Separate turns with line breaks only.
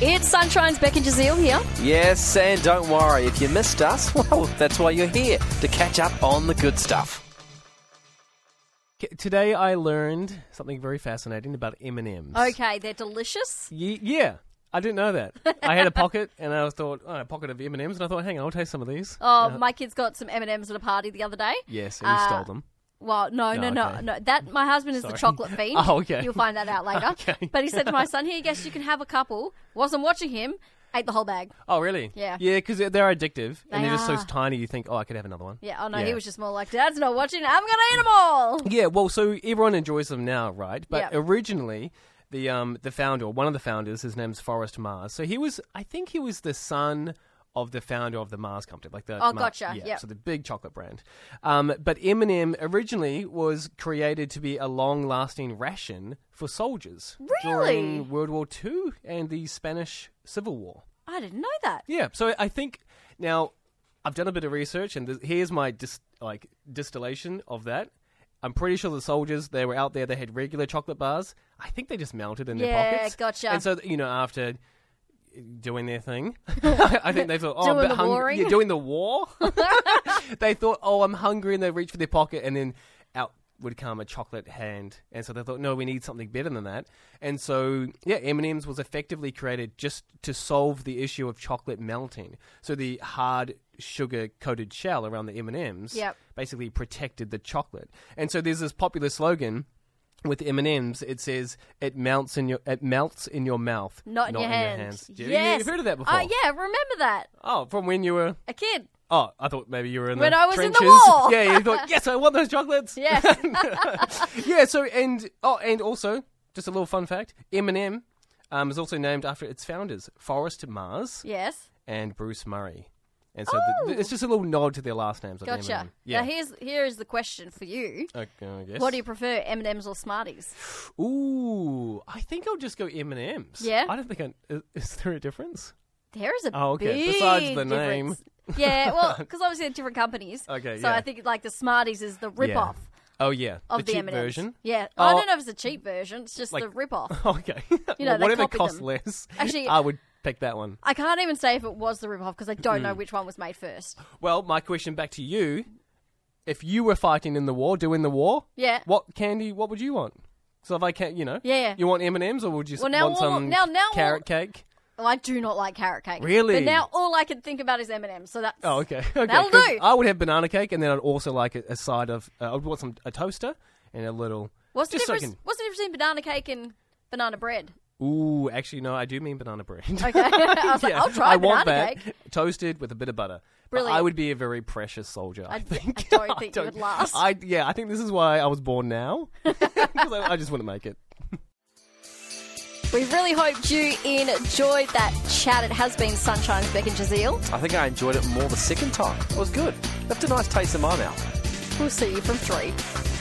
It's Sunshine's Becky Jazeel here.
Yes, and don't worry, if you missed us, well, that's why you're here, to catch up on the good stuff.
K- Today I learned something very fascinating about M and M's.
Okay, they're delicious.
yeah,
Uh,
I didn't know that. I had a pocket, and I thought oh, a pocket of M and M's, and I thought, hang on, I'll taste some of these.
Oh, my kids got some M and M's at a party the other day.
yes, and you
uh,
stole them.
Well, no, no,
No,
no,
okay.
no. That my husband is the
Sorry.
chocolate fiend.
Oh, okay.
You'll find that out later.
Okay.
But he said to my son, "Here, guess you can have a couple." Wasn't watching him. Ate the whole bag.
Oh, really?
Yeah.
Yeah, because they're, they're addictive, and
They
they're just
are.
so tiny. You think, oh, I could have another one.
Yeah. Oh no, he was just more like, "Dad's not watching. I'm gonna eat them all."
Yeah, well, so everyone enjoys them now, right? But
Yeah.
originally, the um the founder, one of the founders, his name's Forrest Mars. So he was, I think, he was the son of the founder of the Mars company, like the
Oh,
Ma-
gotcha,
yeah,
yep.
so the big chocolate brand. Um, but Eminem originally was created to be a long-lasting ration for soldiers
Really?
during World War Two and the Spanish Civil War.
I didn't know that.
Yeah, so I think now I've done a bit of research, and this, here's my dis, like distillation of that. I'm pretty sure the soldiers they were out there. They had regular chocolate bars. I think they just melted in
Yeah,
their pockets.
gotcha.
And so you know after doing their thing, I think they thought, oh,
Doing
I'm a
the
bit hungry.
warring.
Yeah, doing the war. they thought, oh, I'm hungry, and they reached for their pocket, and then out would come a chocolate hand. And so they thought, no, we need something better than that. And so, yeah, M&M's was effectively created just to solve the issue of chocolate melting. So the hard sugar-coated shell around the M&M's
Yep.
basically protected the chocolate. And so there's this popular slogan with M&Ms, it says it melts in your it melts in your mouth,
Not, in your hand.
Yeah,
Yes.
you've heard of that before.
Uh, yeah, remember that.
Oh, from when you were.
A kid.
Oh, I thought maybe you were in
When
the
I was in the
trenches.
war.
yeah, you thought yes, I want those chocolates.
Yes.
yeah. So and oh, and also just a little fun fact: M&M um, is also named after its founders, Forrest Mars
yes.
and Bruce Murray. And so the- the- it's just a little nod to their last names. of
Gotcha.
M&M. Yeah.
Now here's here is the question for you.
okay, I guess.
What do you prefer, M and M's or Smarties?
Ooh, I think I'll just go M and M's.
Yeah?
I don't think I. Is, is there a difference?
There is a
Oh, okay.
big
Besides the name.
difference. Yeah, well, because obviously they're different companies.
Okay,
So
yeah.
I think like the Smarties is the rip off
Oh yeah,
of the,
cheap
M&Ms.
version.
Yeah, I
Oh.
don't know if it's a cheap version. It's just
Like-
the rip off.
Okay.
You know, they
whatever
copied
costs
them.
less.
Actually-
I would pick that one.
I can't even say if it was the rip off because I don't
Mm.
know which one was made first.
Well, my question back to you: If you were fighting in the war, doing the war,
Yeah.
what candy? What would you want? So if I can, you know,
Yeah.
you want M and M's, or would you s-
Well, now
want
all-
some
now- now all-
carrot cake?
Well, I do not like carrot cake.
Really?
But now all I can think about is M and M's. So that's
Oh, okay. okay.
That'll
'cause
do.
I would have banana cake, and then I'd also like a, a side of. Uh, I'd want some a toaster and a little.
What's the
just so I
difference?
can-
what's the difference between banana cake and banana bread?
Ooh, actually, no, I do mean banana bread.
Okay, I was like, I'll try
I
banana
want that
cake.
toasted with a bit of butter. But
Brilliant.
I would be a very precious soldier. I,
I,
think.
I don't think it would last.
I yeah, I think this is why I was born now. 'Cause I, I just wouldn't make it.
We really hoped you enjoyed that chat. It has been Sunshine's Beck and Jazeel.
I think I enjoyed it more the second time. It was good. Left a nice taste in my mouth.
We'll see you from three.